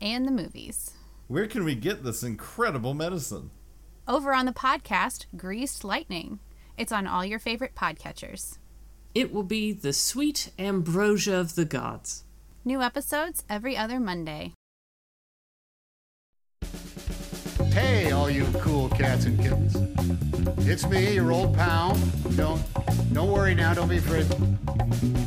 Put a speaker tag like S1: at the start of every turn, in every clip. S1: and the movies.
S2: Where can we get this incredible medicine?
S1: Over on the podcast, Greased Lightning. It's on all your favorite podcatchers.
S3: It will be the sweet ambrosia of the gods.
S1: New episodes every other Monday.
S4: Hey, all you cool cats and kittens. It's me, your old pal. Don't don't worry now, don't be afraid.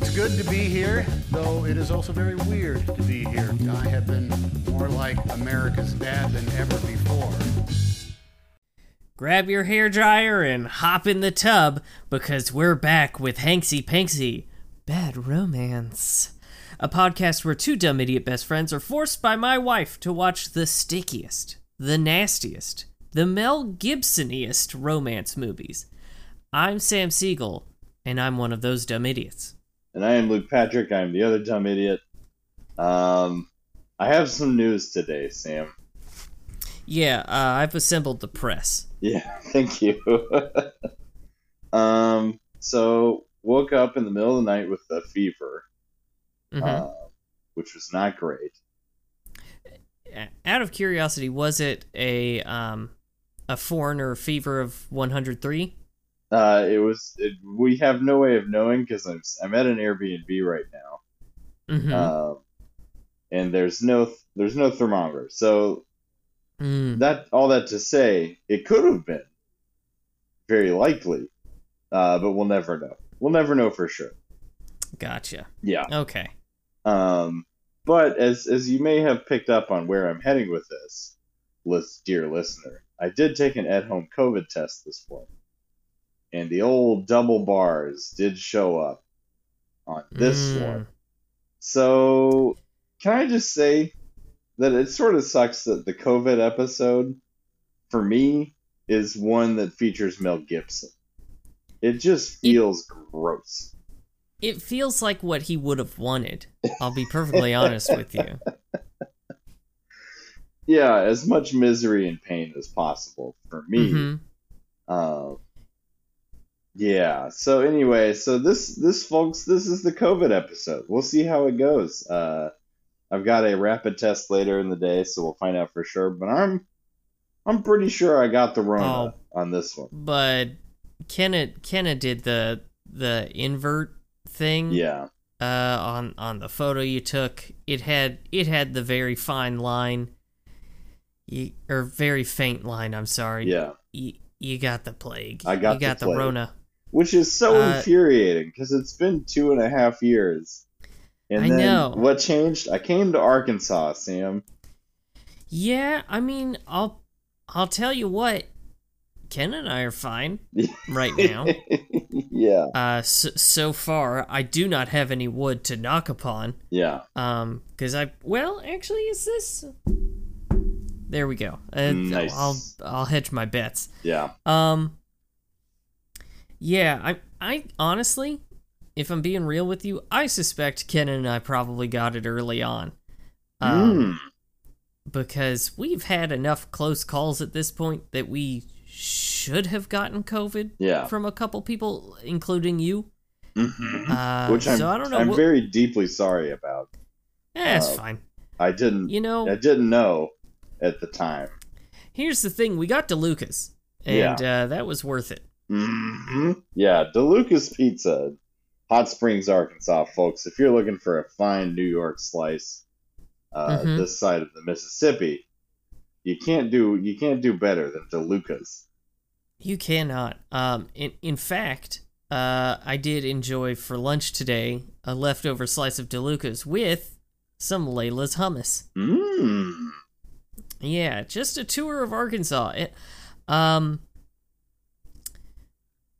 S4: It's good to be here, though it is also very weird to be here. I have been more like America's dad than ever before.
S3: Grab your hairdryer and hop in the tub because we're back with Hanksy Panksy Bad Romance. A podcast where two dumb idiot best friends are forced by my wife to watch the stickiest, the nastiest, the Mel Gibsoniest romance movies. I'm Sam Siegel, and I'm one of those dumb idiots.
S5: and I am Luke Patrick. I'm the other dumb idiot. Um, I have some news today, Sam.
S3: Yeah, uh, I've assembled the press.
S5: Yeah, thank you. um, so woke up in the middle of the night with a fever,
S3: Mhm.
S2: Mm-hmm.
S5: uh, which was not great.
S3: Out of curiosity, was it a um, a foreigner fever of 103?
S5: Uh, it was. It, we have no way of knowing because I'm I'm at an Airbnb right now.
S3: Mm-hmm.
S5: Um, and there's no there's no thermometer. So
S3: Mm.
S5: that all that to say, it could have been very likely, uh, but we'll never know. We'll never know for sure.
S3: Gotcha.
S5: Yeah.
S3: Okay.
S5: Um, but as as you may have picked up on where I'm heading with this, list, dear listener, I did take an at-home COVID test this morning, and the old double bars did show up on this
S3: Mm.
S5: one. So, can I just say that it sort of sucks that the COVID episode, for me, is one that features Mel Gibson. It just feels gross.
S3: It feels like what he would have wanted. I'll be perfectly honest with you.
S5: Yeah, as much misery and pain as possible for me.
S3: Mhm.
S5: Um, yeah. So anyway, so this this folks, this is the COVID episode. We'll see how it goes. Uh, I've got a rapid test later in the day, so we'll find out for sure. But I'm I'm pretty sure I got the
S3: Oh.
S5: Rona on this one.
S3: But Kenna Kenna did the the invert thing.
S5: Yeah.
S3: Uh, on on the photo you took, it had it had the very fine line, you, or very faint line. I'm sorry.
S5: Yeah.
S3: You, you got the plague.
S5: I got
S3: you
S5: the
S3: got the,
S5: plague.
S3: Rona.
S5: Which is so
S3: Uh,
S5: infuriating because it's been two and a half years. And
S3: I
S5: then
S3: know.
S5: what changed? I came to Arkansas, Sam.
S3: Yeah, I mean, I'll I'll tell you what, Ken and I are fine right now.
S5: yeah.
S3: Uh, so, so far, I do not have any wood to knock upon.
S5: Yeah.
S3: Um, because I well, actually, is this? There we go. Uh,
S5: Nice.
S3: I'll I'll hedge my bets.
S5: Yeah.
S3: Um. Yeah, I I honestly, if I'm being real with you, I suspect Ken and I probably got it early on. Um,
S5: Mm.
S3: because we've had enough close calls at this point that we should have gotten COVID
S5: Yeah.
S3: from a couple people, including you.
S5: Mhm.
S3: Uh,
S5: which I'm,
S3: so I don't know.
S5: am
S3: what-
S5: very deeply sorry about.
S3: Eh, it's
S5: uh,
S3: fine.
S5: I didn't,
S3: You know,
S5: I didn't know at the time.
S3: here's the thing: we got to Lucas, and uh, that was worth it.
S5: hmm Yeah, DeLuca's Pizza, Hot Springs, Arkansas, folks. If you're looking for a fine New York slice, uh,
S3: Mhm.
S5: this side of the Mississippi, you can't do you can't do better than DeLuca's.
S3: You cannot. Um, in in fact, uh, I did enjoy for lunch today a leftover slice of Deluca's with some Layla's hummus.
S5: Mm.
S3: Yeah, just a tour of Arkansas. It, um,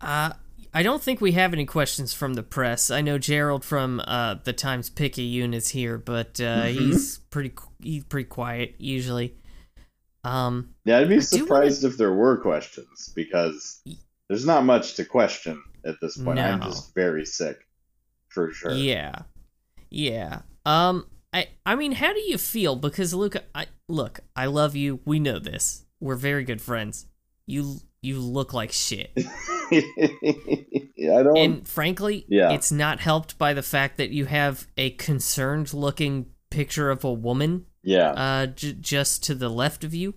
S3: uh, I don't think we have any questions from the press. I know Gerald from uh, the Times Picayune is here, but uh, he's pretty qu- he's pretty quiet usually. Um,
S5: Yeah, I'd be
S3: do wanna-
S5: surprised if there were questions because there's not much to question at this point. I'm
S3: No.
S5: just very sick, for sure.
S3: yeah, yeah. Um, I I mean, how do you feel? Because Luca, I look, I love you. We know this. We're very good friends. You you look like shit.
S5: I don't.
S3: and frankly,
S5: Um, Yeah.
S3: it's not helped by the fact that you have a concerned looking picture of a woman
S5: yeah,
S3: uh j- just to the left of you.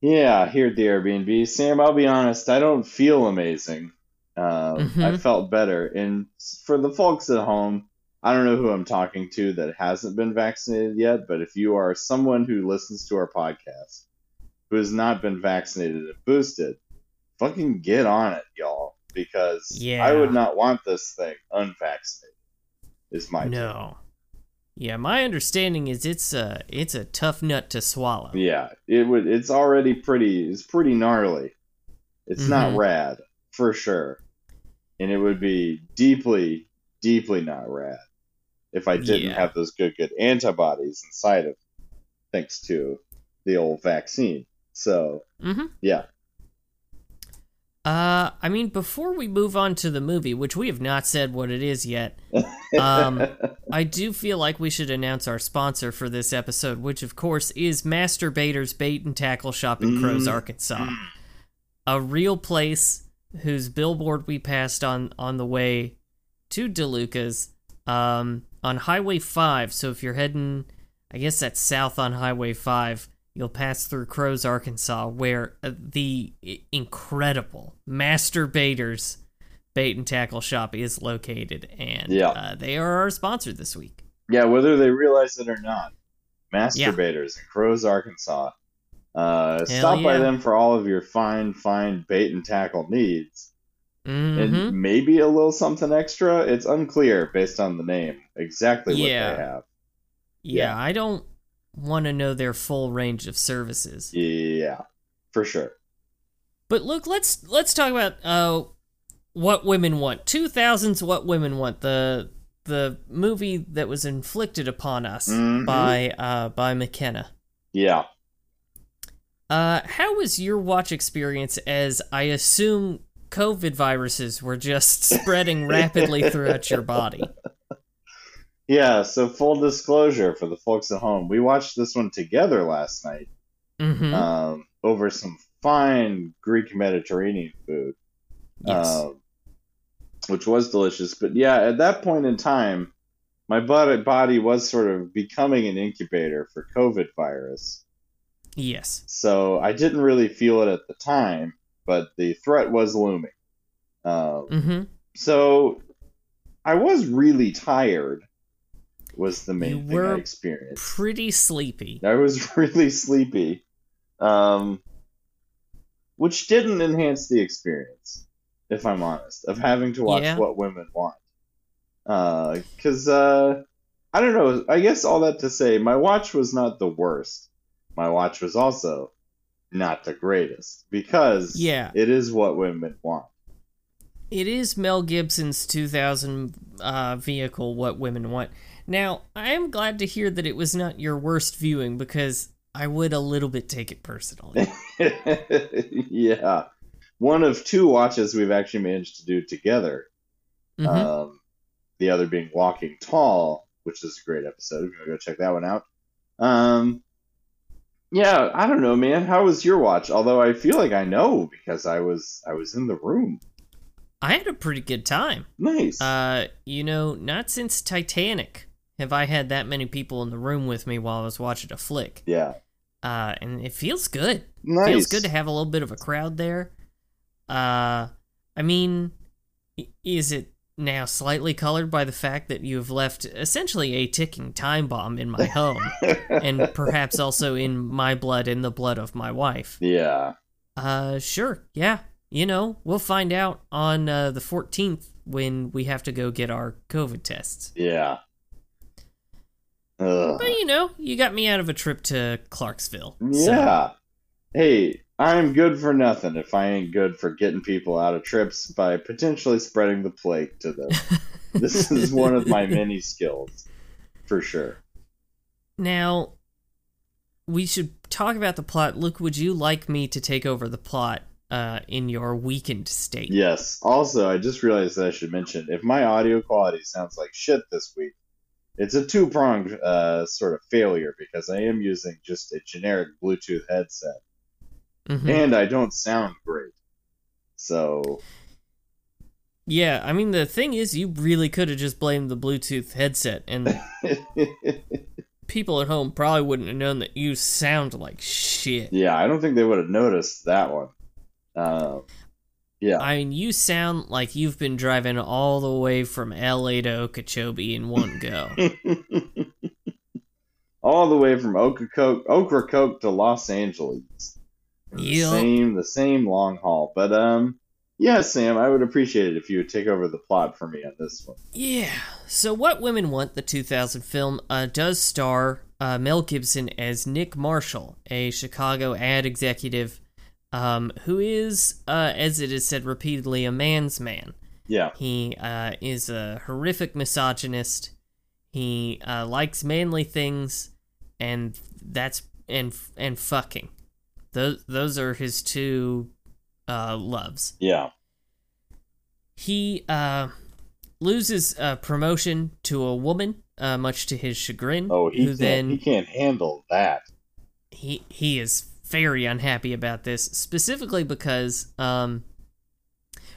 S5: yeah. Here at the Airbnb, Sam. I'll be honest. I don't feel amazing. Um, I
S3: Mhm.
S5: felt better, and for the folks at home, I don't know who I'm talking to that hasn't been vaccinated yet. But if you are someone who listens to our podcast who has not been vaccinated and boosted, fucking get on it, y'all, because I
S3: Yeah.
S5: would not want this thing unvaccinated. Is my take.
S3: No. Yeah, my understanding is it's a it's a tough nut to swallow.
S5: Yeah, it would. It's already pretty. It's pretty gnarly. It's not
S3: Mhm.
S5: rad for sure, and it would be deeply, deeply not rad if I didn't
S3: Yeah.
S5: have those good, good antibodies inside of, thanks to the old vaccine. So
S3: Mm-hmm.
S5: yeah,
S3: Uh, I mean, before we move on to the movie, which we have not said what it is yet, um, I do feel like we should announce our sponsor for this episode, which of course is Masturbators Bait and Tackle Shop in Crows,
S5: Mm.
S3: Arkansas, a real place whose billboard we passed on on the way to Deluca's um, on Highway Five. So if you're heading, I guess that's south on Highway Five. You'll pass through Crows, Arkansas, where uh, the i- incredible Masturbators Bait and Tackle Shop is located, and
S5: Yeah.
S3: uh, they are our sponsor this week.
S5: yeah. Whether they realize it or not, masturbators in Crows, Arkansas. Uh, stop by
S3: yeah.
S5: them for all of your fine, fine bait and tackle needs. and
S3: hmm
S5: maybe a little something extra. It's unclear based on the name exactly what
S3: Yeah.
S5: they have.
S3: Yeah,
S5: yeah.
S3: I don't want to know their full range of services.
S5: Yeah, for sure.
S3: But look, let's let's talk about uh, what women want. Two thousands, what women want. The the movie that was inflicted upon us
S5: Mhm.
S3: by uh, by McKenna.
S5: Yeah,
S3: Uh, how was your watch experience? As I assume COVID viruses were just spreading rapidly throughout your body.
S5: yeah. So full disclosure for the folks at home, we watched this one together last night
S3: hmm
S5: um, over some fine Greek Mediterranean food,
S3: yes.
S5: um, which was delicious. But yeah, at that point in time, my bod- body was sort of becoming an incubator for COVID virus.
S3: yes.
S5: So I didn't really feel it at the time, but the threat was looming. Um,
S3: hmm
S5: so I was really tired. Was the main
S3: You
S5: thing I
S3: were
S5: experienced.
S3: Pretty sleepy.
S5: I was really sleepy, um, which didn't enhance the experience, if I'm honest, of having to watch
S3: Yeah.
S5: what women want. Because uh, I don't know. I guess all that to say, my watch was not the worst. My watch was also not the greatest because
S3: Yeah.
S5: it is what women want.
S3: It is Mel Gibson's 2000 uh, vehicle, What Women Want. Now, I am glad to hear that it was not your worst viewing because I would a little bit take it personally.
S5: yeah, one of two watches we've actually managed to do together
S3: Mhm.
S5: Um, the other being Walking Tall, which is a great episode. If you want to go check that one out. Um, yeah, I don't know, man. How was your watch? Although I feel like I know because I was I was in the room.
S3: I had a pretty good time.
S5: Nice.
S3: Uh, you know, not since Titanic have I had that many people in the room with me while I was watching a flick.
S5: yeah.
S3: Uh, and it feels good.
S5: Nice.
S3: feels good to have a little bit of a crowd there. Uh, I mean, i- is it now slightly colored by the fact that you have left essentially a ticking time bomb in my home, and perhaps also in my blood and the blood of my wife?
S5: yeah.
S3: Uh, sure, yeah. You know, we'll find out on uh, the 14th when we have to go get our COVID tests.
S5: Yeah. Ugh.
S3: But you know, you got me out of a trip to Clarksville. so-
S5: Yeah. Hey, I'm good for nothing if I ain't good for getting people out of trips by potentially spreading the plague to them. this is one of my many skills, for sure.
S3: Now, we should talk about the plot. Luke, would you like me to take over the plot uh, in your weakened state?
S5: Yes. Also, I just realized that I should mention if my audio quality sounds like shit this week, it's a two pronged uh, sort of failure because I am using just a generic Bluetooth headset
S3: Mhm.
S5: and I don't sound great. So,
S3: Yeah, I mean, the thing is, you really could have just blamed the Bluetooth headset, and people at home probably wouldn't have known that you sound like shit.
S5: yeah, I don't think they would have noticed that one. Uh, yeah.
S3: I mean, you sound like you've been driving all the way from LA to Okeechobee in one go.
S5: All the way from Ocracoke, Ocracoke to Los Angeles.
S3: Yeah.
S5: Same, the same long haul. But um, yeah, Sam, I would appreciate it if you would take over the plot for me on this one.
S3: Yeah. So, What Women Want, the 2000 film, uh, does star uh, Mel Gibson as Nick Marshall, a Chicago ad executive um, who is, uh, as it is said repeatedly, a man's man.
S5: Yeah,
S3: He uh, is a horrific misogynist. He uh, likes manly things, and that's and and fucking. Those those are his two uh, loves.
S5: yeah,
S3: He uh, loses a promotion to a woman, uh, much to his chagrin.
S5: Oh, he
S3: who
S5: can't,
S3: then
S5: he can't handle that.
S3: he he is very unhappy about this specifically because um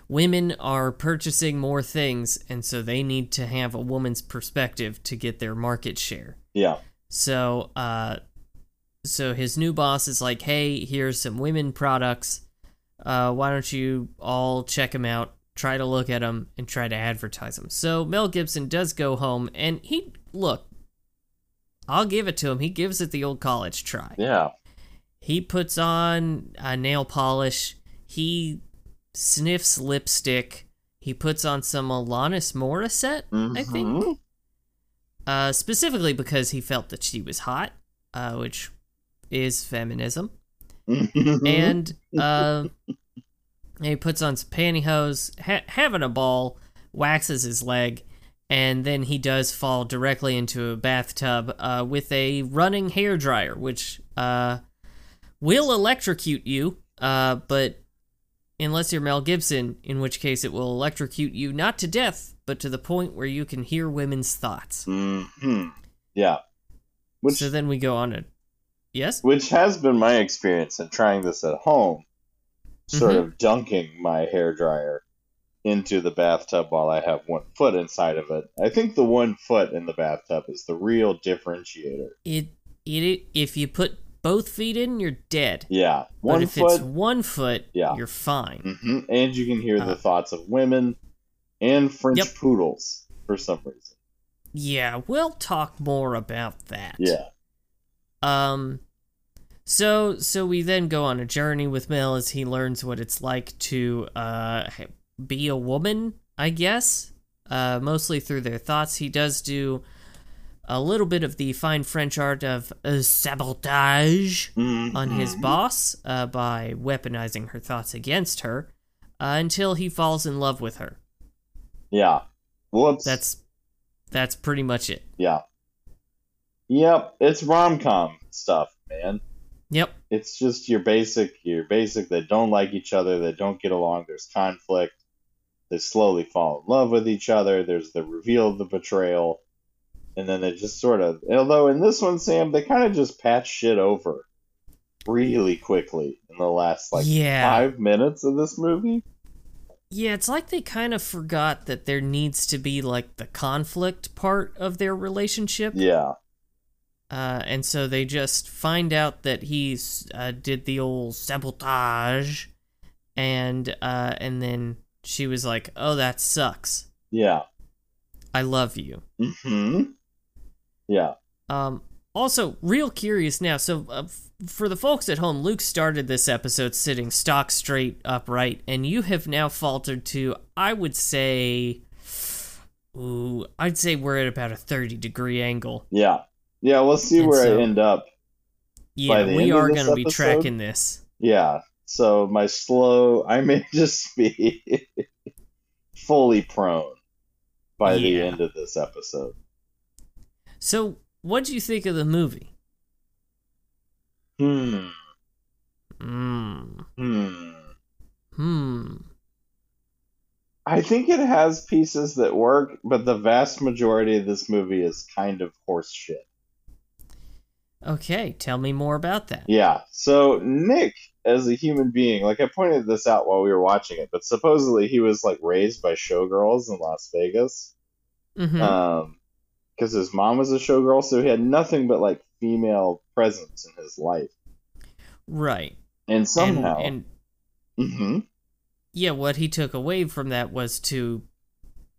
S3: women are purchasing more things and so they need to have a woman's perspective to get their market share
S5: Yeah,
S3: so uh so his new boss is like hey here's some women products uh why don't you all check them out try to look at them and try to advertise them so mel gibson does go home and he look i'll give it to him he gives it the old college try
S5: yeah,
S3: he puts on a nail polish. He sniffs lipstick. He puts on some Alanis Morissette, I think. Uh, specifically because he felt that she was hot, uh, which is feminism.
S5: Mm-hmm.
S3: And uh, he puts on some pantyhose, ha- having a ball, waxes his leg, and then he does fall directly into a bathtub uh, with a running hair dryer, which. Uh, will electrocute you, uh, but unless you're Mel Gibson, in which case it will electrocute you not to death, but to the point where you can hear women's thoughts.
S5: hmm yeah. Which
S3: so then we go on to. Yes?
S5: which has been my experience in trying this at home, sort
S3: Mm-hmm.
S5: of dunking my hair dryer into the bathtub while I have one foot inside of it. I think the one foot in the bathtub is the real differentiator.
S3: It, it, if you put both feet in, you're dead.
S5: Yeah,
S3: but
S5: one
S3: if
S5: foot,
S3: it's one foot,
S5: Yeah.
S3: you're fine.
S5: hmm and you can hear the
S3: Uh-huh.
S5: thoughts of women and French
S3: Yep.
S5: poodles for some reason.
S3: Yeah, we'll talk more about that.
S5: Yeah,
S3: Um so so we then go on a journey with Mel as he learns what it's like to uh h- be a woman, I guess. Uh mostly through their thoughts. He does do a little bit of the fine French art of uh, sabotage
S5: Mm-hmm.
S3: on his boss uh, by weaponizing her thoughts against her uh, until he falls in love with her.
S5: yeah. Whoops.
S3: That's that's pretty much it.
S5: yeah. Yep, it's rom com stuff, man.
S3: Yep.
S5: it's just your basic your basic they don't like each other they don't get along there's conflict they slowly fall in love with each other there's the reveal of the betrayal and then they just sort of although in this one sam they kind of just patch shit over really quickly in the last like
S3: Yeah.
S5: five minutes of this movie
S3: Yeah, it's like they kind of forgot that there needs to be like the conflict part of their relationship.
S5: yeah
S3: Uh, and so they just find out that he's uh, did the old sabotage, and uh, and then she was like, "Oh, that sucks.
S5: yeah
S3: I love you."
S5: hmm yeah
S3: Um, also, real curious now. So, uh, f- for the folks at home, Luke started this episode sitting stock straight upright, and you have now faltered to, I would say, ooh, I'd say we're at about a 30 degree angle.
S5: yeah yeah we'll see
S3: And
S5: where
S3: so-
S5: i end up
S3: Yeah,
S5: the
S3: we
S5: end of
S3: are
S5: this
S3: going to be
S5: episode?
S3: tracking this.
S5: yeah. So my slow, I may just be fully prone by
S3: Yeah.
S5: the end of this episode.
S3: So, what do you think of the movie?
S5: Hmm.
S3: Hmm.
S5: Hmm.
S3: Hmm.
S5: I think it has pieces that work, but the vast majority of this movie is kind of horse shit.
S3: Okay, tell me more about that.
S5: Yeah. So Nick, as a human being, like I pointed this out while we were watching it, but supposedly he was like raised by showgirls in Las Vegas,
S3: Mm-hmm.
S5: um, because his mom was a showgirl, so he had nothing but like female presence in his life,
S3: right.
S5: and
S3: And-
S5: somehow,
S3: and
S5: hmm
S3: Yeah, what he took away from that was to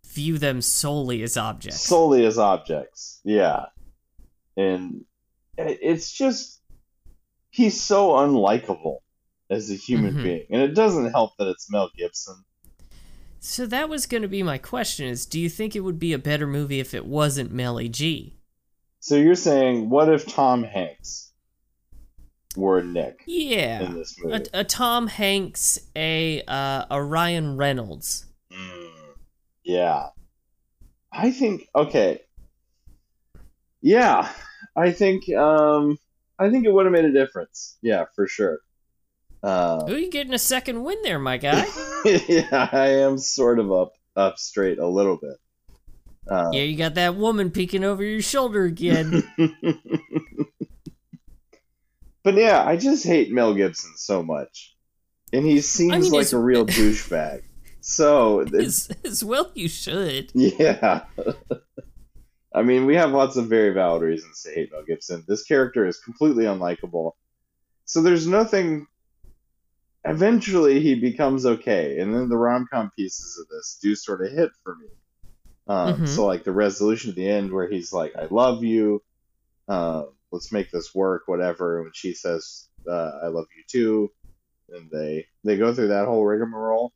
S3: view them solely as objects.
S5: solely as objects. Yeah, and it- it's just he's so unlikable as a human
S3: Mhm.
S5: being, and it doesn't help that it's Mel Gibson.
S3: so that was going to be my question is do you think it would be a better movie if it wasn't Melly G?
S5: So you're saying, what if Tom Hanks were Nick in
S3: Yeah.
S5: this
S3: A,
S5: movie?
S3: a Tom Hanks, a uh, a Ryan Reynolds.
S5: Mm, yeah, I think okay. Yeah, I think um, I think it would have made a difference. Yeah, for sure. Uh,
S3: Who are you getting a second win there, my guy?
S5: yeah, I am sort of up up straight a little bit. Uh,
S3: yeah, you got that woman peeking over your shoulder again.
S5: but yeah, I just hate Mel Gibson so much, and he seems
S3: mean,
S5: like
S3: it's-
S5: a real douchebag. So it's,
S3: as, as well you should.
S5: yeah, I mean, we have lots of very valid reasons to hate Mel Gibson. This character is completely unlikable, so there's nothing. Eventually, he becomes okay, and then the rom com pieces of this do sort of hit for me. Um,
S3: Mhm.
S5: So, like the resolution at the end, where he's like, "I love you," uh, let's make this work, whatever. When she says, uh, "I love you too," and they they go through that whole rigmarole.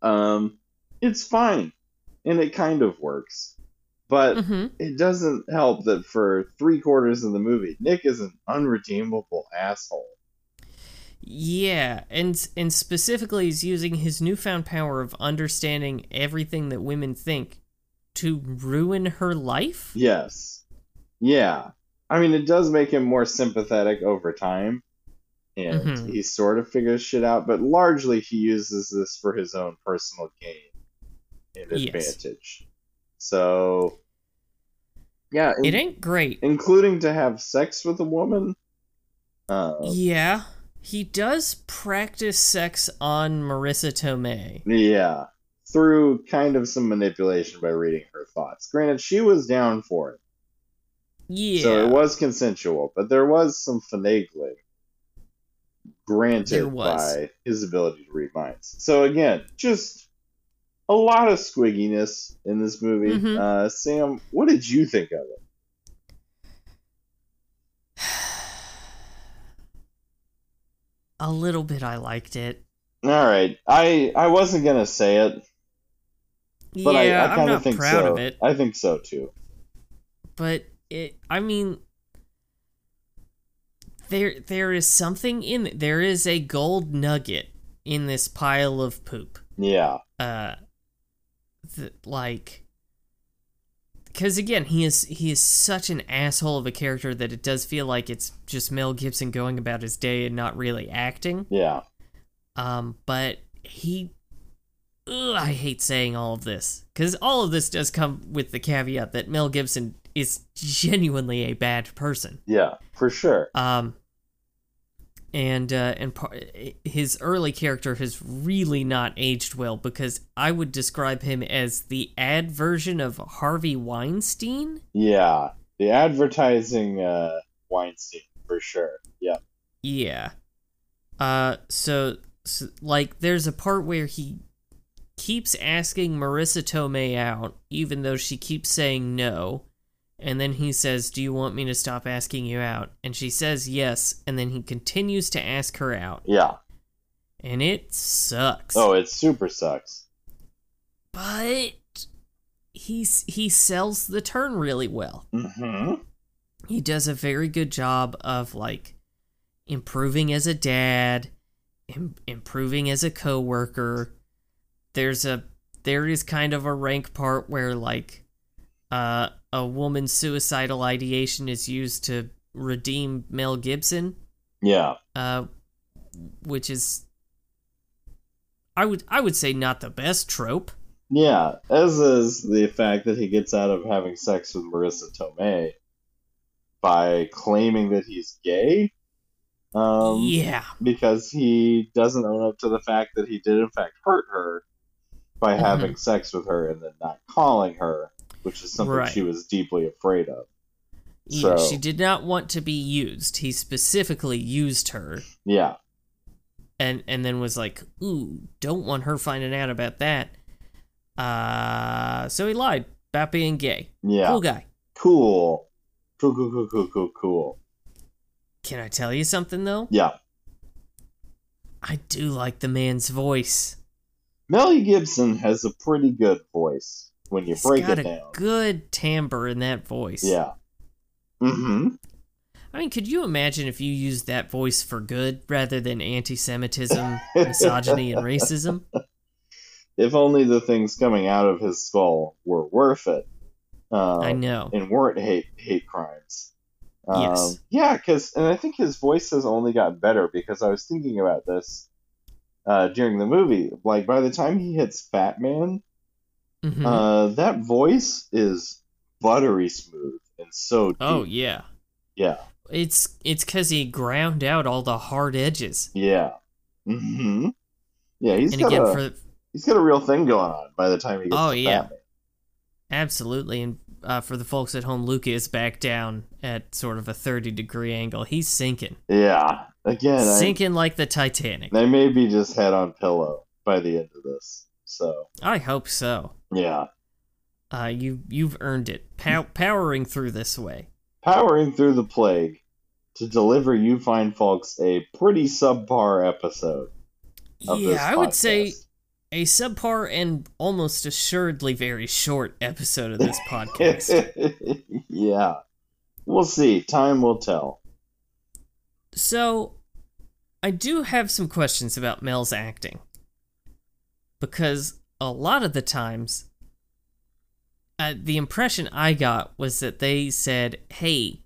S5: Um, it's fine, and it kind of works, but
S3: hmm
S5: it doesn't help that for three quarters of the movie, Nick is an unredeemable asshole.
S3: Yeah, and and specifically he's using his newfound power of understanding everything that women think to ruin her life?
S5: Yes, yeah. I mean, it does make him more sympathetic over time, and
S3: Mhm.
S5: he sort of figures shit out. But largely, he uses this for his own personal gain and
S3: Yes.
S5: advantage. So, yeah, in-
S3: It ain't great.
S5: including to have sex with a woman. Uh,
S3: Yeah. He does practice sex on Marissa Tomei.
S5: Yeah. Through kind of some manipulation by reading her thoughts. Granted, she was down for it.
S3: Yeah.
S5: So it was consensual, but there was some finagling
S3: There
S5: granted
S3: was.
S5: by his ability to read minds. So again, just a lot of squigginess in this movie.
S3: Mhm.
S5: Uh, Sam, what did you think of it?
S3: a little bit I liked it.
S5: All right, I I wasn't gonna say it, but
S3: yeah,
S5: I, I
S3: am
S5: kind
S3: not
S5: of think
S3: proud
S5: so.
S3: of it.
S5: I think so too.
S3: but it i mean there there is something in it. there is a gold nugget in this pile of poop
S5: Yeah,
S3: uh th- like because again he is he is such an asshole of a character that it does feel like it's just mel gibson going about his day and not really acting
S5: yeah,
S3: um but he Ugh, i hate saying all of this because all of this does come with the caveat that mel gibson is genuinely a bad person
S5: yeah, for sure.
S3: um and uh and par- his early character has really not aged well because i would describe him as the ad version of harvey weinstein
S5: Yeah, the advertising uh, Weinstein for sure. Yeah,
S3: Yeah. Uh so, so like there's a part where he keeps asking Marissa Tomei out even though she keeps saying no. And then he says, "Do you want me to stop asking you out?" And she says, "Yes." And then he continues to ask her out,
S5: yeah.
S3: and it sucks.
S5: Oh, it super sucks.
S3: But he's he sells the turn really well.
S5: Mm-hmm.
S3: he does a very good job of like improving as a dad, Im- improving as a coworker. There's a there is kind of a rank part where like uh, a woman's suicidal ideation is used to redeem Mel Gibson,
S5: Yeah.
S3: uh, which is I would I would say not the best trope.
S5: Yeah. As is the fact that he gets out of having sex with Marissa Tomei by claiming that he's gay. Um,
S3: yeah,
S5: because he doesn't own up to the fact that he did in fact hurt her by
S3: Mhm.
S5: having sex with her and then not calling her, which is something
S3: Right.
S5: she was deeply afraid of.
S3: yeah.
S5: so-
S3: She did not want to be used. He specifically used her.
S5: Yeah,
S3: and and then was like, "Ooh, don't want her finding out about that." Uh, so he lied about being gay.
S5: yeah,
S3: Cool guy.
S5: cool, cool, cool, cool, cool, cool, cool.
S3: Can I tell you something though?
S5: Yeah,
S3: I do like the man's voice.
S5: Mel Gibson has a pretty good voice when you
S3: He's
S5: break
S3: got
S5: it
S3: a
S5: down.
S3: good timbre in that voice.
S5: Yeah. Mm-hmm.
S3: I mean, could you imagine if you used that voice for good rather than anti-Semitism, misogyny, and racism?
S5: If only the things coming out of his skull were worth it. Uh,
S3: I know.
S5: and weren't hate hate crimes. Um,
S3: Yes.
S5: Yeah, because and I think his voice has only gotten better because I was thinking about this uh, during the movie. Like by the time he hits Fat Man,
S3: Mhm.
S5: uh, that voice is buttery smooth and so deep.
S3: oh yeah,
S5: yeah,
S3: it's it's because he ground out all the hard edges.
S5: yeah, hmm yeah. He's
S3: and
S5: got
S3: again,
S5: a
S3: for
S5: he's got a real thing going on by the time he gets
S3: Oh,
S5: to
S3: yeah.
S5: Fat Man.
S3: Absolutely, and uh, for the folks at home, Luca is back down at sort of a thirty degree angle. He's sinking,
S5: Yeah, again, I-
S3: sinking like the Titanic.
S5: they may be just head on pillow by the end of this. So
S3: I hope so.
S5: yeah.
S3: Uh, you you've earned it. Pow- powering through this way.
S5: powering through the plague to deliver you fine folks a pretty subpar episode of this
S3: yeah, I would
S5: podcast.
S3: say a subpar and almost assuredly very short episode of this podcast.
S5: yeah we'll see time will tell
S3: So, I do have some questions about Mel's acting. Because a lot of the times, uh, the impression I got was that they said, hey,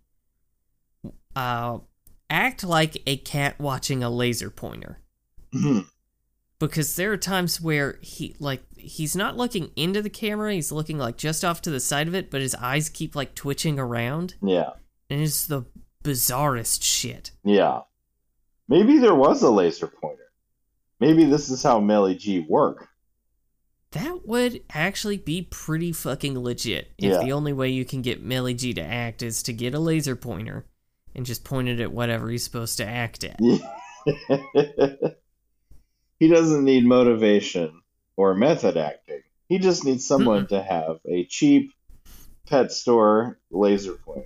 S3: uh, act like a cat watching a laser pointer. Because there are times where he like he's not looking into the camera, he's looking like just off to the side of it, but his eyes keep like twitching around,
S5: yeah
S3: and it's the bizarrest shit.
S5: yeah maybe there was a laser pointer maybe this is how melly g work
S3: That would actually be pretty fucking legit if
S5: Yeah.
S3: the only way you can get Melly G to act is to get a laser pointer and just point it at whatever he's supposed to act at.
S5: he doesn't need motivation or method acting he just needs someone to have a cheap pet store laser pointer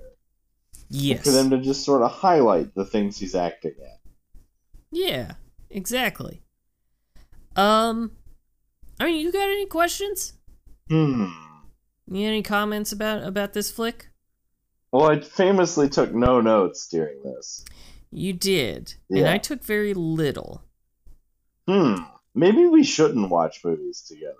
S3: Yes.
S5: for them to just sort of highlight the things he's acting at.
S3: Yeah, exactly. Um I mean, you got any questions?
S5: Hmm.
S3: You got any comments about about this flick?
S5: Well, I famously took no notes during this.
S3: You did. And
S5: Yeah.
S3: I took very little.
S5: Hmm. Maybe we shouldn't watch movies together.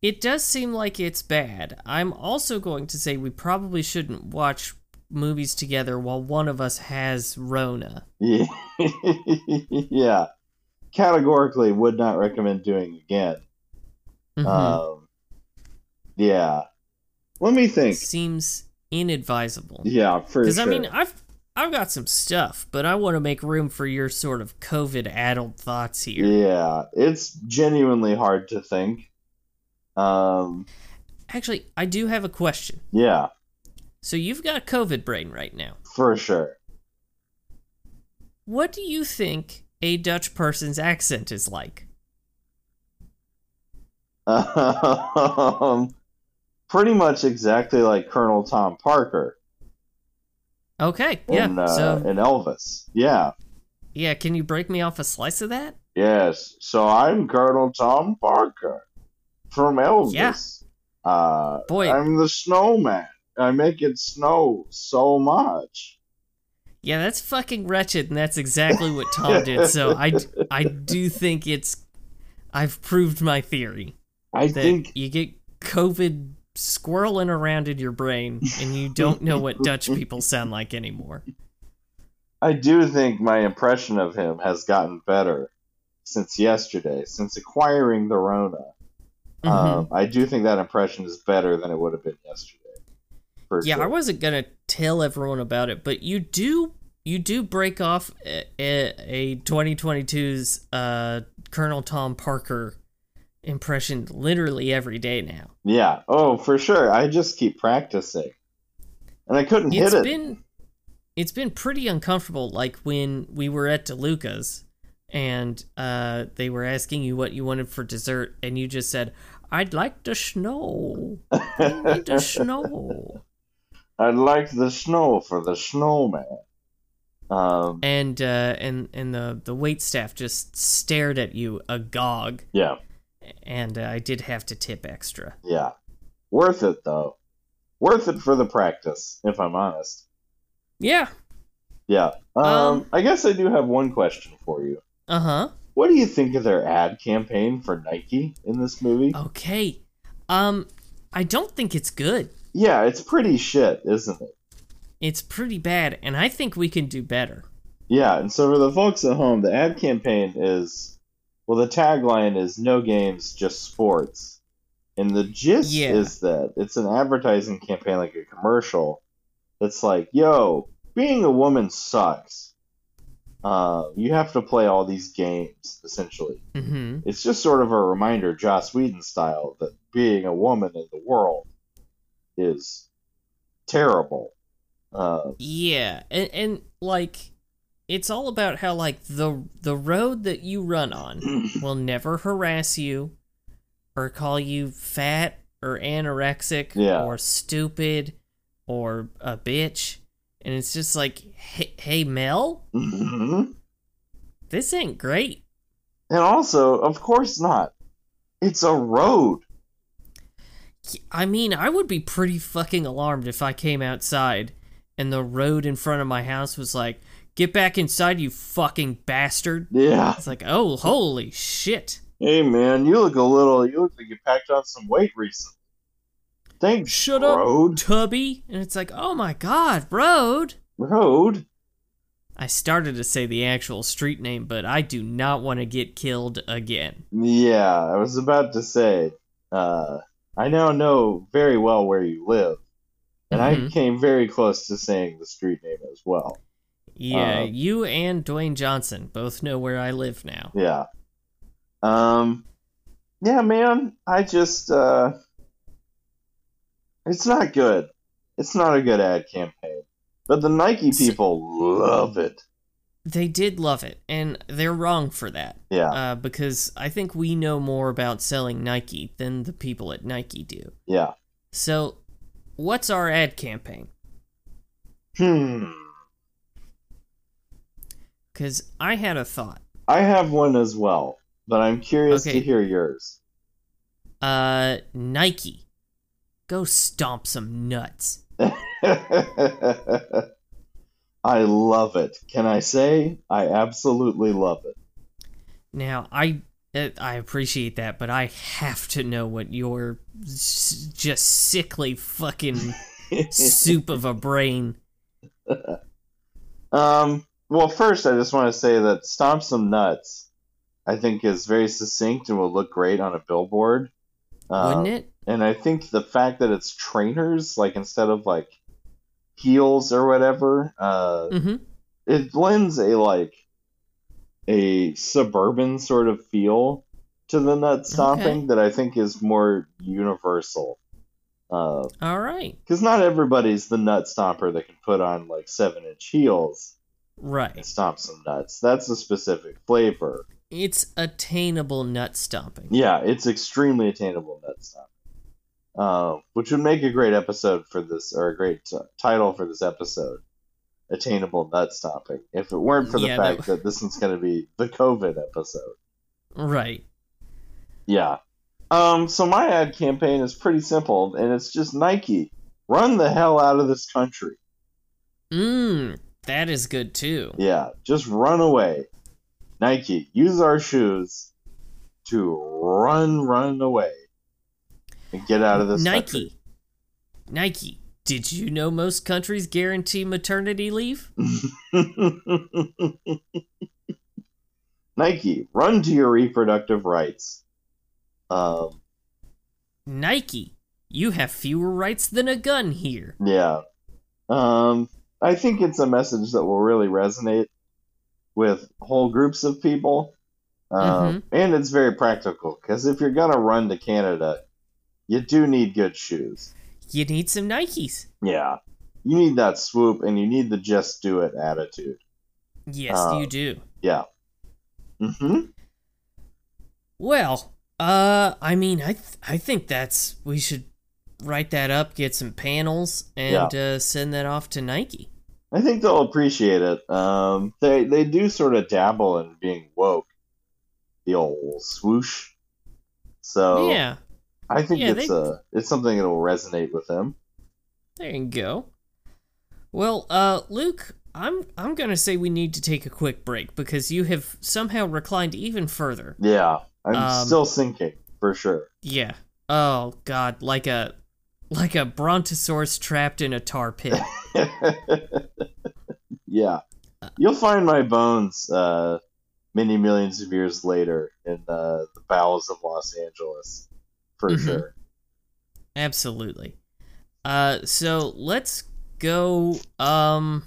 S3: It does seem like it's bad. I'm also going to say we probably shouldn't watch movies together while one of us has Rona.
S5: Yeah. yeah. Categorically would not recommend doing again.
S3: Mhm.
S5: Um, yeah. Let me think.
S3: Seems inadvisable.
S5: Yeah, for
S3: Because
S5: sure.
S3: I mean, I've I've got some stuff, but I want to make room for your sort of COVID addled thoughts here.
S5: yeah, it's genuinely hard to think. Um,
S3: Actually, I do have a question.
S5: yeah,
S3: So you've got COVID brain right now.
S5: for sure.
S3: What do you think a Dutch person's accent is like?
S5: Um, pretty much exactly like Colonel Tom Parker
S3: Okay, yeah.
S5: in, uh,
S3: so
S5: in Elvis. Yeah,
S3: yeah, can you break me off a slice of that?
S5: yes. So I'm Colonel Tom Parker from Elvis. Uh,
S3: Boy.
S5: I'm the snowman. I make it snow so much.
S3: Yeah, that's fucking wretched, and that's exactly what Tom did. So I, I do think it's, I've proved my theory
S5: I
S3: that
S5: think
S3: you get COVID squirreling around in your brain, and you don't know what Dutch people sound like anymore.
S5: I do think my impression of him has gotten better since yesterday, since acquiring the Rona.
S3: Mm-hmm.
S5: Um, I do think that impression is better than it would have been yesterday. For
S3: yeah, I
S5: sure.
S3: wasn't gonna tell everyone about it, but you do you do break off a, a, a 2022's uh, Colonel Tom Parker impression literally every day now.
S5: yeah. Oh, for sure. I just keep practicing, and I couldn't
S3: It's
S5: hit it.
S3: been it's been pretty uncomfortable. Like when we were at DeLuca's and uh, they were asking you what you wanted for dessert, and you just said, "I'd like the snow. I need the snow."
S5: I like the snow for the snowman. Um,
S3: and uh, and and the the wait staff just stared at you agog,
S5: yeah,
S3: and uh, I did have to tip extra.
S5: yeah. Worth it though. Worth it for the practice, if I'm honest.
S3: Yeah.
S5: Yeah. Um,
S3: Um,
S5: I guess I do have one question for you.
S3: Uh huh.
S5: What do you think of their ad campaign for Nike in this movie?
S3: Oh. Okay. Um, I don't think it's good.
S5: Yeah, it's pretty shit, isn't it?
S3: It's pretty bad, and I think we can do better.
S5: Yeah, and so for the folks at home, the ad campaign is well, the tagline is no games, just sports. And the gist
S3: Yeah.
S5: is that it's an advertising campaign, like a commercial, that's like, yo, being a woman sucks. Uh, you have to play all these games, essentially.
S3: Mm-hmm.
S5: it's just sort of a reminder, Joss Whedon style, that being a woman in the world is terrible. Uh,
S3: Yeah, and, and like, it's all about how like the the road that you run on will never harass you, or call you fat or anorexic
S5: Yeah.
S3: or stupid or a bitch, and it's just like, hey, hey Mel,
S5: and
S3: this ain't great.
S5: also, of course not. It's a road.
S3: I mean, I would be pretty fucking alarmed if I came outside and the road in front of my house was like, get back inside, you fucking bastard.
S5: Yeah.
S3: It's like, oh, holy shit.
S5: Hey, man, you look a little. You look like you packed on some weight recently. Thanks,
S3: Shut up,
S5: road.
S3: Tubby. And it's like, oh my god, Road.
S5: Road.
S3: I started to say the actual street name, but I do not want to get killed again.
S5: Yeah, I was about to say. Uh, I now know very well where you live, and I
S3: Mhm.
S5: came very close to saying the street name as well.
S3: Yeah,
S5: Uh,
S3: you and Dwayne Johnson both know where I live now.
S5: Yeah. Um. Yeah, man. I just. Uh, it's not good. It's not a good ad campaign. But the Nike people love it.
S3: They did love it, and they're wrong for that.
S5: Yeah.
S3: Uh, because I think we know more about selling Nike than the people at Nike do.
S5: Yeah.
S3: So, what's our ad campaign?
S5: Hmm.
S3: Because I had a thought.
S5: I have one as well, but I'm curious to
S3: Okay.
S5: hear yours.
S3: Uh, Nike, go stomp some nuts.
S5: I love it. Can I say I absolutely love it?
S3: Now, I uh, I appreciate that, but I have to know what your s- just sickly fucking soup of a brain.
S5: Um, well, first, I just want to say that Stomp Some Nuts, I think, is very succinct and will look great on a billboard. Uh, Um,
S3: Wouldn't it?
S5: And I think the fact that it's trainers, like instead of like heels or whatever, uh,
S3: hmm
S5: it lends a like a suburban sort of feel to the nut stomping that I think is more universal. Because
S3: All right,
S5: not everybody's the nut stomper that can put on like seven inch heels and
S3: right.
S5: stomp some nuts. That's a specific flavor.
S3: It's attainable nut stomping.
S5: Yeah, it's extremely attainable nut stomping. Uh, which would make a great episode for this, or a great t- title for this episode, attainable nut stomping. If it weren't for the
S3: Yeah, that-
S5: fact that this one's going to be the COVID episode.
S3: Right.
S5: Yeah. Um, so my ad campaign is pretty simple, and it's just Nike. Run the hell out of this country.
S3: Mm. That is good too.
S5: Yeah, just run away. Nike, use our shoes to run, run away and get out of this.
S3: Nike.
S5: country.
S3: Nike. Did you know most countries guarantee maternity leave?
S5: Nike, run to your reproductive rights. Um,
S3: Nike. You have fewer rights than a gun here.
S5: yeah. Um, I think it's a message that will really resonate with whole groups of people. Um, And it's very practical because if you're going to run to Canada, you do need good shoes.
S3: You need some Nikes.
S5: Yeah. You need that swoop and you need the just do it attitude.
S3: Yes,
S5: Uh,
S3: you do.
S5: Yeah. hmm.
S3: Well, uh, I mean, I th- I think that's we should write that up, get some panels, and uh, send that off to Nike.
S5: I think they'll appreciate it. Um, they they do sort of dabble in being woke, the old swoosh. So
S3: Yeah,
S5: I think
S3: Yeah,
S5: it's
S3: they-
S5: uh it's something that will resonate with them.
S3: there you go. Well, uh, Luke, I'm I'm gonna say we need to take a quick break because you have somehow reclined even further.
S5: Yeah, I'm
S3: Um,
S5: still sinking for sure.
S3: Yeah. Oh God, like a like a brontosaurus trapped in a tar pit.
S5: yeah, you'll find my bones uh, many millions of years later in uh, the bowels of Los Angeles, for
S3: Mhm.
S5: sure.
S3: Absolutely. Uh, so let's go um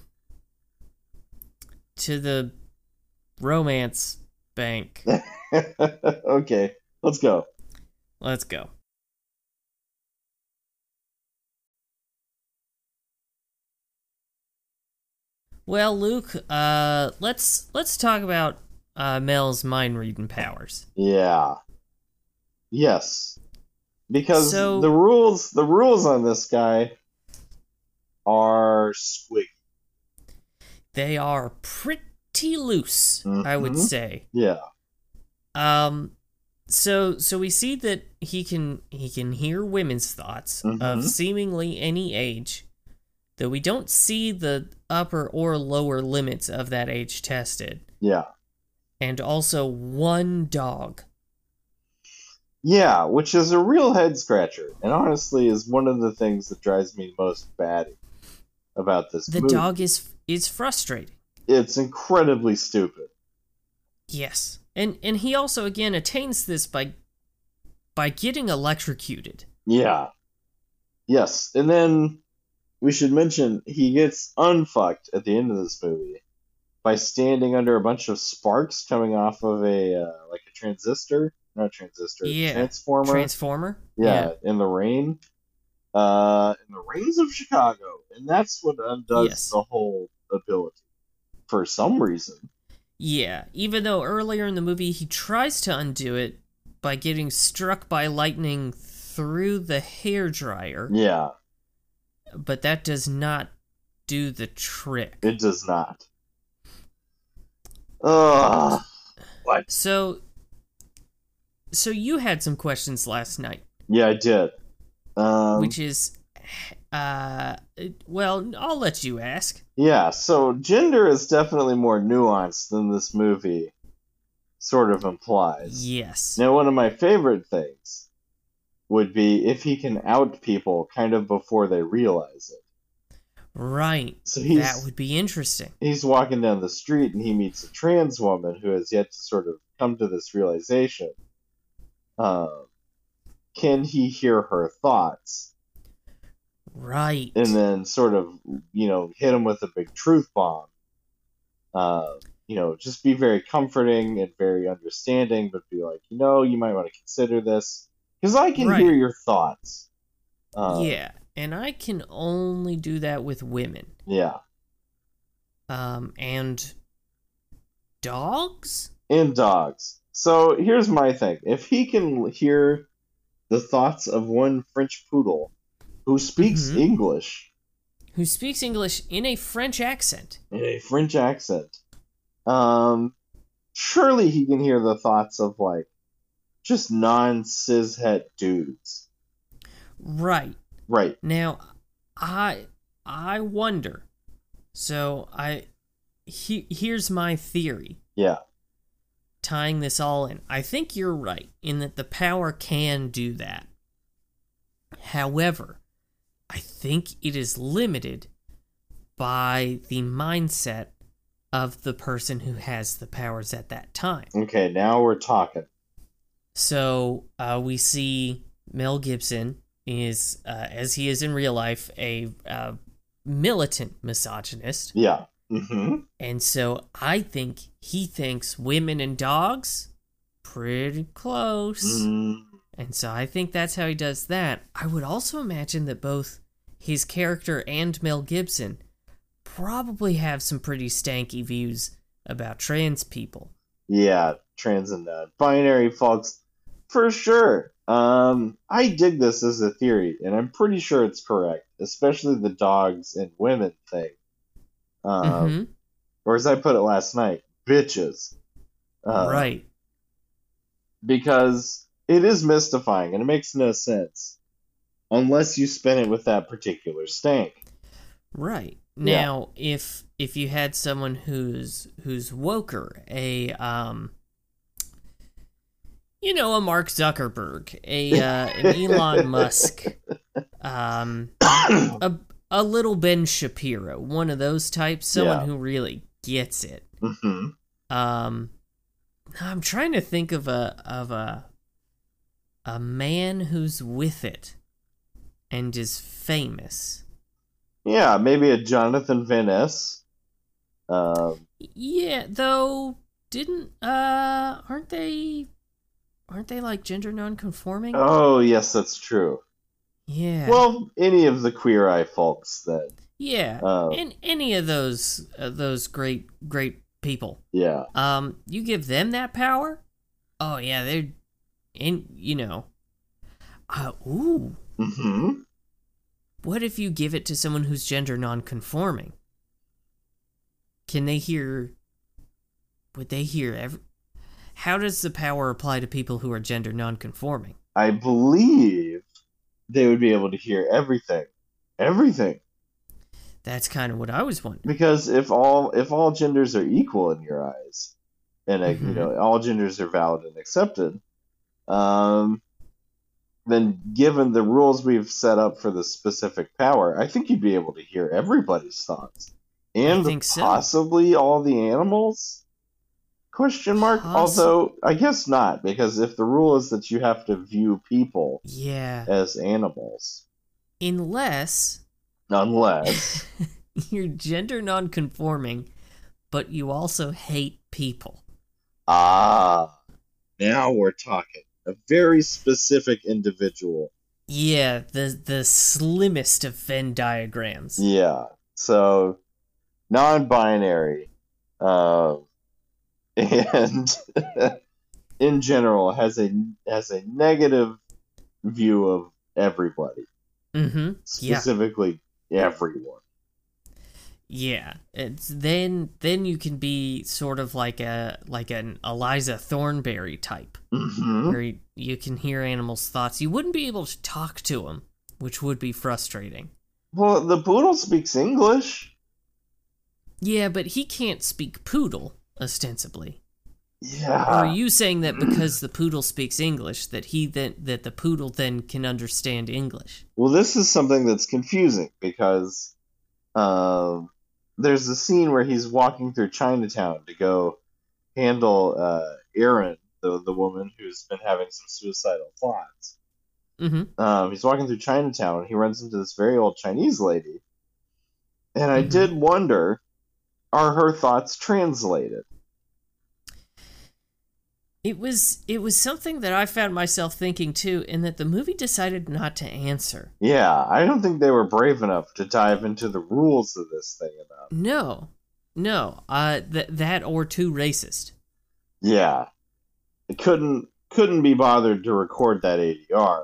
S3: to the romance bank.
S5: okay, let's go.
S3: Let's go. Well, Luke, uh, let's let's talk about uh, Mel's mind reading powers.
S5: Yeah. Yes. Because
S3: So-
S5: the rules the rules on this guy are squeaky.
S3: They are pretty loose, I would
S5: Mhm.
S3: say.
S5: Yeah.
S3: Um so so we see that he can he can hear women's thoughts of
S5: Mhm.
S3: seemingly any age, though we don't see the upper or lower limits of that age tested.
S5: Yeah.
S3: And also one dog.
S5: Yeah, which is a real head scratcher, and honestly is one of the things that drives me most batty about this
S3: The
S5: movie.
S3: dog is is frustrating.
S5: It's incredibly stupid.
S3: Yes. And and he also again attains this by by getting electrocuted.
S5: Yeah. Yes, and then we should mention he gets unfucked at the end of this movie by standing under a bunch of sparks coming off of a uh, like a transistor, not transistor,
S3: Yeah.
S5: transformer.
S3: Transformer?
S5: yeah, in the rain, uh, in the rains of Chicago, and that's what undoes
S3: Yes.
S5: the whole ability for some reason.
S3: Yeah, even though earlier in the movie he tries to undo it by getting struck by lightning through the hairdryer,
S5: Yeah,
S3: but that does not do the trick.
S5: it does not. Ugh.
S3: So so you had some questions last night,
S5: Yeah, I did. Um,
S3: which is uh it- well, I'll let you ask.
S5: Yeah, so gender is definitely more nuanced than this movie sort of implies.
S3: Yes.
S5: Now, one of my favorite things would be if he can out people kind of before they realize it.
S3: Right.
S5: So
S3: That
S5: he's
S3: would be interesting.
S5: he's walking down the street and he meets a trans woman who has yet to sort of come to this realization. Um, can he hear her thoughts?
S3: Right.
S5: and then sort of you know hit him with a big truth bomb. Uh, you know, just be very comforting and very understanding, but be like, you know, you might want to consider this because I can
S3: Right.
S5: hear your thoughts. Uh,
S3: yeah, and I can only do that with women.
S5: yeah,
S3: Um and dogs?
S5: and dogs. So here's my thing: if he can hear the thoughts of one French poodle who speaks
S3: Mhm.
S5: English
S3: who speaks English in a French accent.
S5: in a French accent. Um, surely he can hear the thoughts of like just non cishet dudes,
S3: Right.
S5: right?
S3: Now I I wonder So I he, here's my theory
S5: Yeah.
S3: tying this all in. I think you're right in that the power can do that. However, I think it is limited by the mindset of the person who has the powers at that time.
S5: Okay, now we're talking.
S3: So uh, we see Mel Gibson is, uh, as he is in real life, a uh, militant misogynist.
S5: Yeah. hmm
S3: And so I think he thinks women and dogs pretty close.
S5: mm
S3: And so I think that's how he does that. I would also imagine that both his character and Mel Gibson probably have some pretty stanky views about trans people.
S5: Yeah, trans and uh, binary folks, for sure. Um, I dig this as a theory, and I'm pretty sure it's correct, especially the dogs and women thing. Um,
S3: Mhm.
S5: Or as I put it last night, bitches. Uh,
S3: right.
S5: because it is mystifying and it makes no sense unless you spin it with that particular stank.
S3: Right.
S5: Yeah.
S3: Now, if if you had someone who's who's woker, a um you know, a Mark Zuckerberg, a uh, an Elon Musk, um a a little Ben Shapiro, one of those types, someone
S5: Yeah.
S3: who really gets it.
S5: hmm
S3: Um, I'm trying to think of a of a a man who's with it and is famous.
S5: Yeah, maybe a Jonathan Van Ness. Um,
S3: Yeah, though didn't uh aren't they aren't they like gender nonconforming?
S5: oh, yes, that's true.
S3: yeah.
S5: Well, any of the queer eye folks then.
S3: yeah.
S5: uh,
S3: and any of those uh, those great great people.
S5: Yeah.
S3: Um, you give them that power? Oh yeah, they're and you know. Uh, ooh,
S5: hmm
S3: what if you give it to someone who's gender nonconforming? Can they hear? Would they hear? Every, how does the power apply to people who are gender nonconforming?
S5: I believe they would be able to hear everything. Everything.
S3: That's kind of what I was wondering.
S5: Because if all if all genders are equal in your eyes, and uh, you
S3: Mhm.
S5: know all genders are valid and accepted, um, then given the rules we've set up for the specific power, I think you'd be able to hear everybody's thoughts and
S3: think so.
S5: possibly all the animals. Question mark.
S3: Possi-
S5: Although I guess not, because if the rule is that you have to view people
S3: Yeah,
S5: as animals,
S3: unless
S5: unless
S3: you're gender nonconforming, but you also hate people.
S5: Ah, now we're talking. A very specific individual.
S3: Yeah, the the slimmest of Venn diagrams.
S5: Yeah. So, non-binary, um, and in general has a has a negative view of everybody,
S3: Mm-hmm. Yeah.
S5: specifically everyone.
S3: Yeah. It's then then you can be sort of like a like an Eliza Thornberry type,
S5: hmm
S3: where you, you can hear animals' thoughts. You wouldn't be able to talk to them, which would be frustrating.
S5: Well, the poodle speaks English.
S3: Yeah, but he can't speak poodle ostensibly. Or
S5: Yeah.
S3: are you saying that because the poodle speaks English, that he then that the poodle then can understand English?
S5: Well, this is something that's confusing because um, there's a scene where he's walking through Chinatown to go handle uh, Erin, the, the woman who's been having some suicidal thoughts.
S3: Mm-hmm.
S5: Um, he's walking through Chinatown and he runs into this very old Chinese lady. And I
S3: Mhm.
S5: did wonder are her thoughts translated?
S3: It was it was something that I found myself thinking too, and that the movie decided not to answer.
S5: Yeah, I don't think they were brave enough to dive into the rules of this thing enough.
S3: No, no, uh, th- that or too racist.
S5: Yeah. It couldn't couldn't be bothered to record that ADR.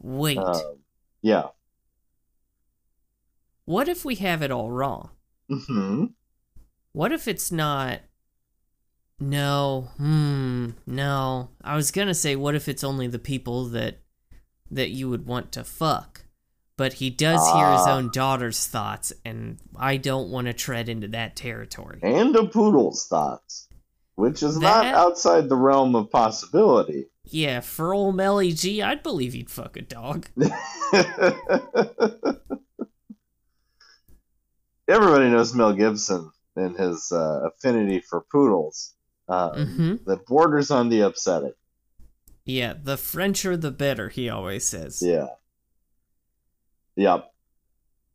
S3: Wait,
S5: Um, yeah.
S3: what if we have it all wrong?
S5: hmm
S3: What if it's not? No, hmm, no. I was gonna say, what if it's only the people that that you would want to fuck, but he does hear his own daughter's thoughts, and I don't want to tread into that territory.
S5: and a poodle's thoughts, which is not
S3: That-
S5: outside the realm of possibility.
S3: Yeah, for old Melly G, I'd believe you'd fuck a dog.
S5: Everybody knows Mel Gibson and his uh, affinity for poodles uh,
S3: hmm
S5: that borders on the upsetting.
S3: Yeah, the Frencher the better, he always says.
S5: Yeah. Yep.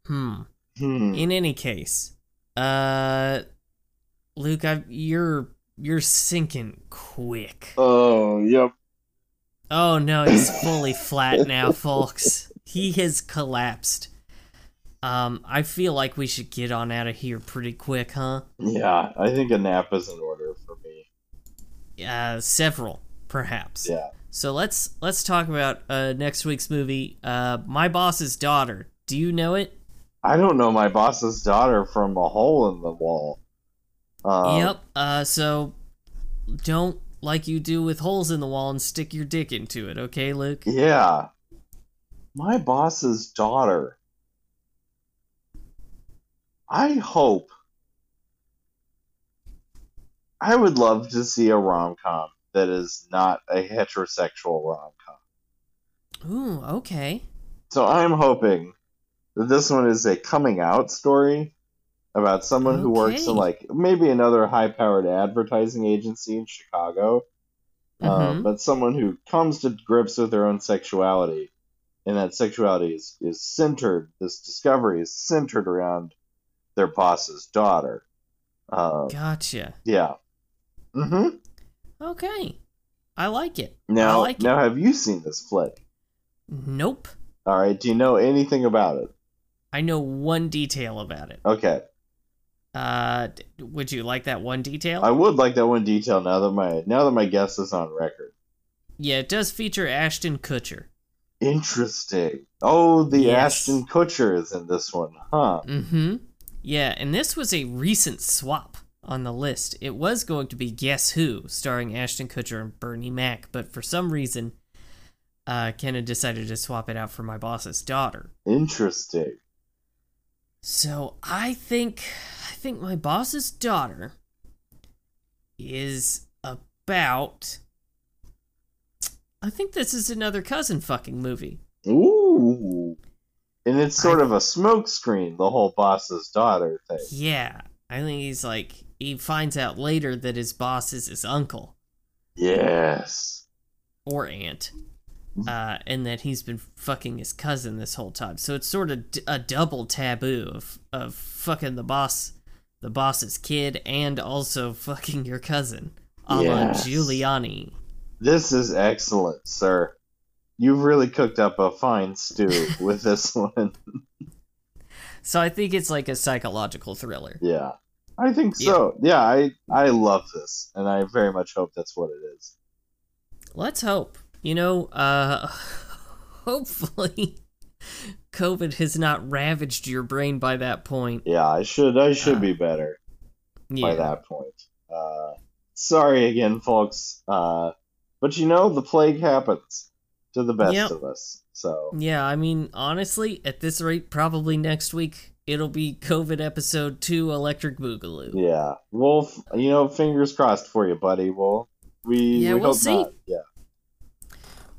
S3: Hmm.
S5: Hmm.
S3: In any case, uh, Luke, I've, you're you're sinking quick.
S5: Oh, yep.
S3: Oh no, he's fully flat now, folks. He has collapsed. Um, I feel like we should get on out of here pretty quick, huh?
S5: Yeah, I think a nap is in order for me.
S3: Uh, several, perhaps.
S5: Yeah.
S3: So let's let's talk about uh next week's movie, uh, My Boss's Daughter. Do you know it?
S5: I don't know my boss's daughter from a hole in the wall. Um,
S3: Yep. Uh, so don't like you do with holes in the wall and stick your dick into it, okay, Luke?
S5: Mm. Yeah. My boss's daughter. I hope. I would love to see a rom com that is not a heterosexual rom com.
S3: Ooh, okay.
S5: So I'm hoping that this one is a coming out story about someone who works in
S3: Okay.
S5: like maybe another high powered advertising agency in Chicago. um,
S3: Mhm.
S5: but someone who comes to grips with their own sexuality, and that sexuality is, is centered, this discovery is centered around their boss's daughter. Uh,
S3: Gotcha.
S5: yeah. Mm-hmm.
S3: Okay. I like it.
S5: Now,
S3: I like it.
S5: now, have you seen this flick?
S3: Nope.
S5: All right. Do you know anything about it?
S3: I know one detail about it.
S5: Okay.
S3: Uh, d- would you like that one detail?
S5: I would like that one detail now that my now that my guess is on record.
S3: yeah, it does feature Ashton Kutcher.
S5: Interesting. Oh, the
S3: Yes.
S5: Ashton Kutcher is in this one, huh?
S3: Mm-hmm. Yeah, and this was a recent swap on the list. It was going to be Guess Who, starring Ashton Kutcher and Bernie Mac, but for some reason, uh, Kenna decided to swap it out for my boss's daughter.
S5: Interesting.
S3: So I think I think my boss's daughter is about I think this is another cousin fucking movie.
S5: Ooh. And it's sort
S3: I-
S5: of a smokescreen, the whole boss's daughter thing.
S3: Yeah. I think he's like he finds out later that his boss is his uncle
S5: Yes.
S3: or aunt. Uh, and that he's been fucking his cousin this whole time, so it's sort of d- a double taboo of of fucking the boss, the boss's kid, and also fucking your cousin, a la
S5: Yes.
S3: Giuliani.
S5: This is excellent, sir. You've really cooked up a fine stew with this one.
S3: So I think it's like a psychological thriller.
S5: Yeah. I think so. Yeah, I I love this and I very much hope that's what it is.
S3: Let's hope. You know, uh hopefully COVID has not ravaged your brain by that point.
S5: Yeah, I should I should be better by
S3: Yeah.
S5: that point. Uh sorry again, folks. Uh but you know the plague happens to the best
S3: Yep.
S5: of us. So
S3: Yeah, I mean, honestly, at this rate, probably next week it'll be COVID episode two Electric Boogaloo.
S5: Yeah. Well, f- you know, fingers crossed for you, buddy. Well, we,
S3: Yeah,
S5: we
S3: we'll
S5: hope
S3: see.
S5: not. Yeah.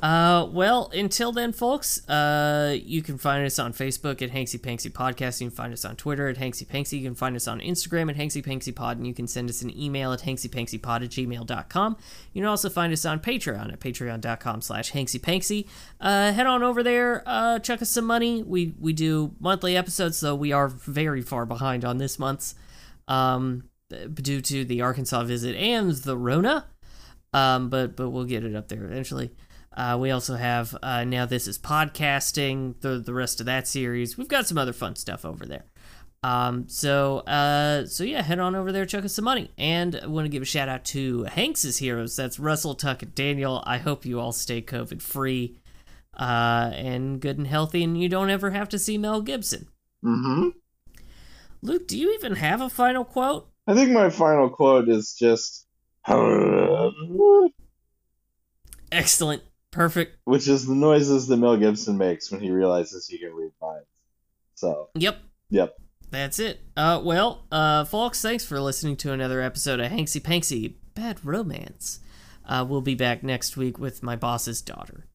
S3: Uh, well, until then, folks, uh, you can find us on Facebook at Hanksy Panksy Podcast. You can find us on Twitter at Hanksy Panksy. You can find us on Instagram at Hanksy Panksy Pod. And you can send us an email at hanksypanksypod at gmail.com. You can also find us on Patreon at patreon.com slash Hanksy Panksy. Uh, head on over there, uh, chuck us some money. We, we do monthly episodes, though we are very far behind on this month's, um, b- due to the Arkansas visit and the Rona. Um, but but we'll get it up there eventually. Uh, we also have uh, now this is podcasting the the rest of that series. We've got some other fun stuff over there. Um, so uh, so yeah, head on over there, chuck us some money, and I want to give a shout out to Hanks's heroes. That's Russell, Tuck, and Daniel. I hope you all stay COVID free, uh, and good and healthy, and you don't ever have to see Mel Gibson.
S5: hmm
S3: Luke, do you even have a final quote?
S5: I think my final quote is just.
S3: Excellent. Perfect.
S5: which is the noises that Mel Gibson makes when he realizes he can read minds. So,
S3: Yep.
S5: yep.
S3: That's it. Uh, well, uh, folks, thanks for listening to another episode of Hanksy Panksy Bad Romance. Uh, we'll be back next week with my boss's daughter.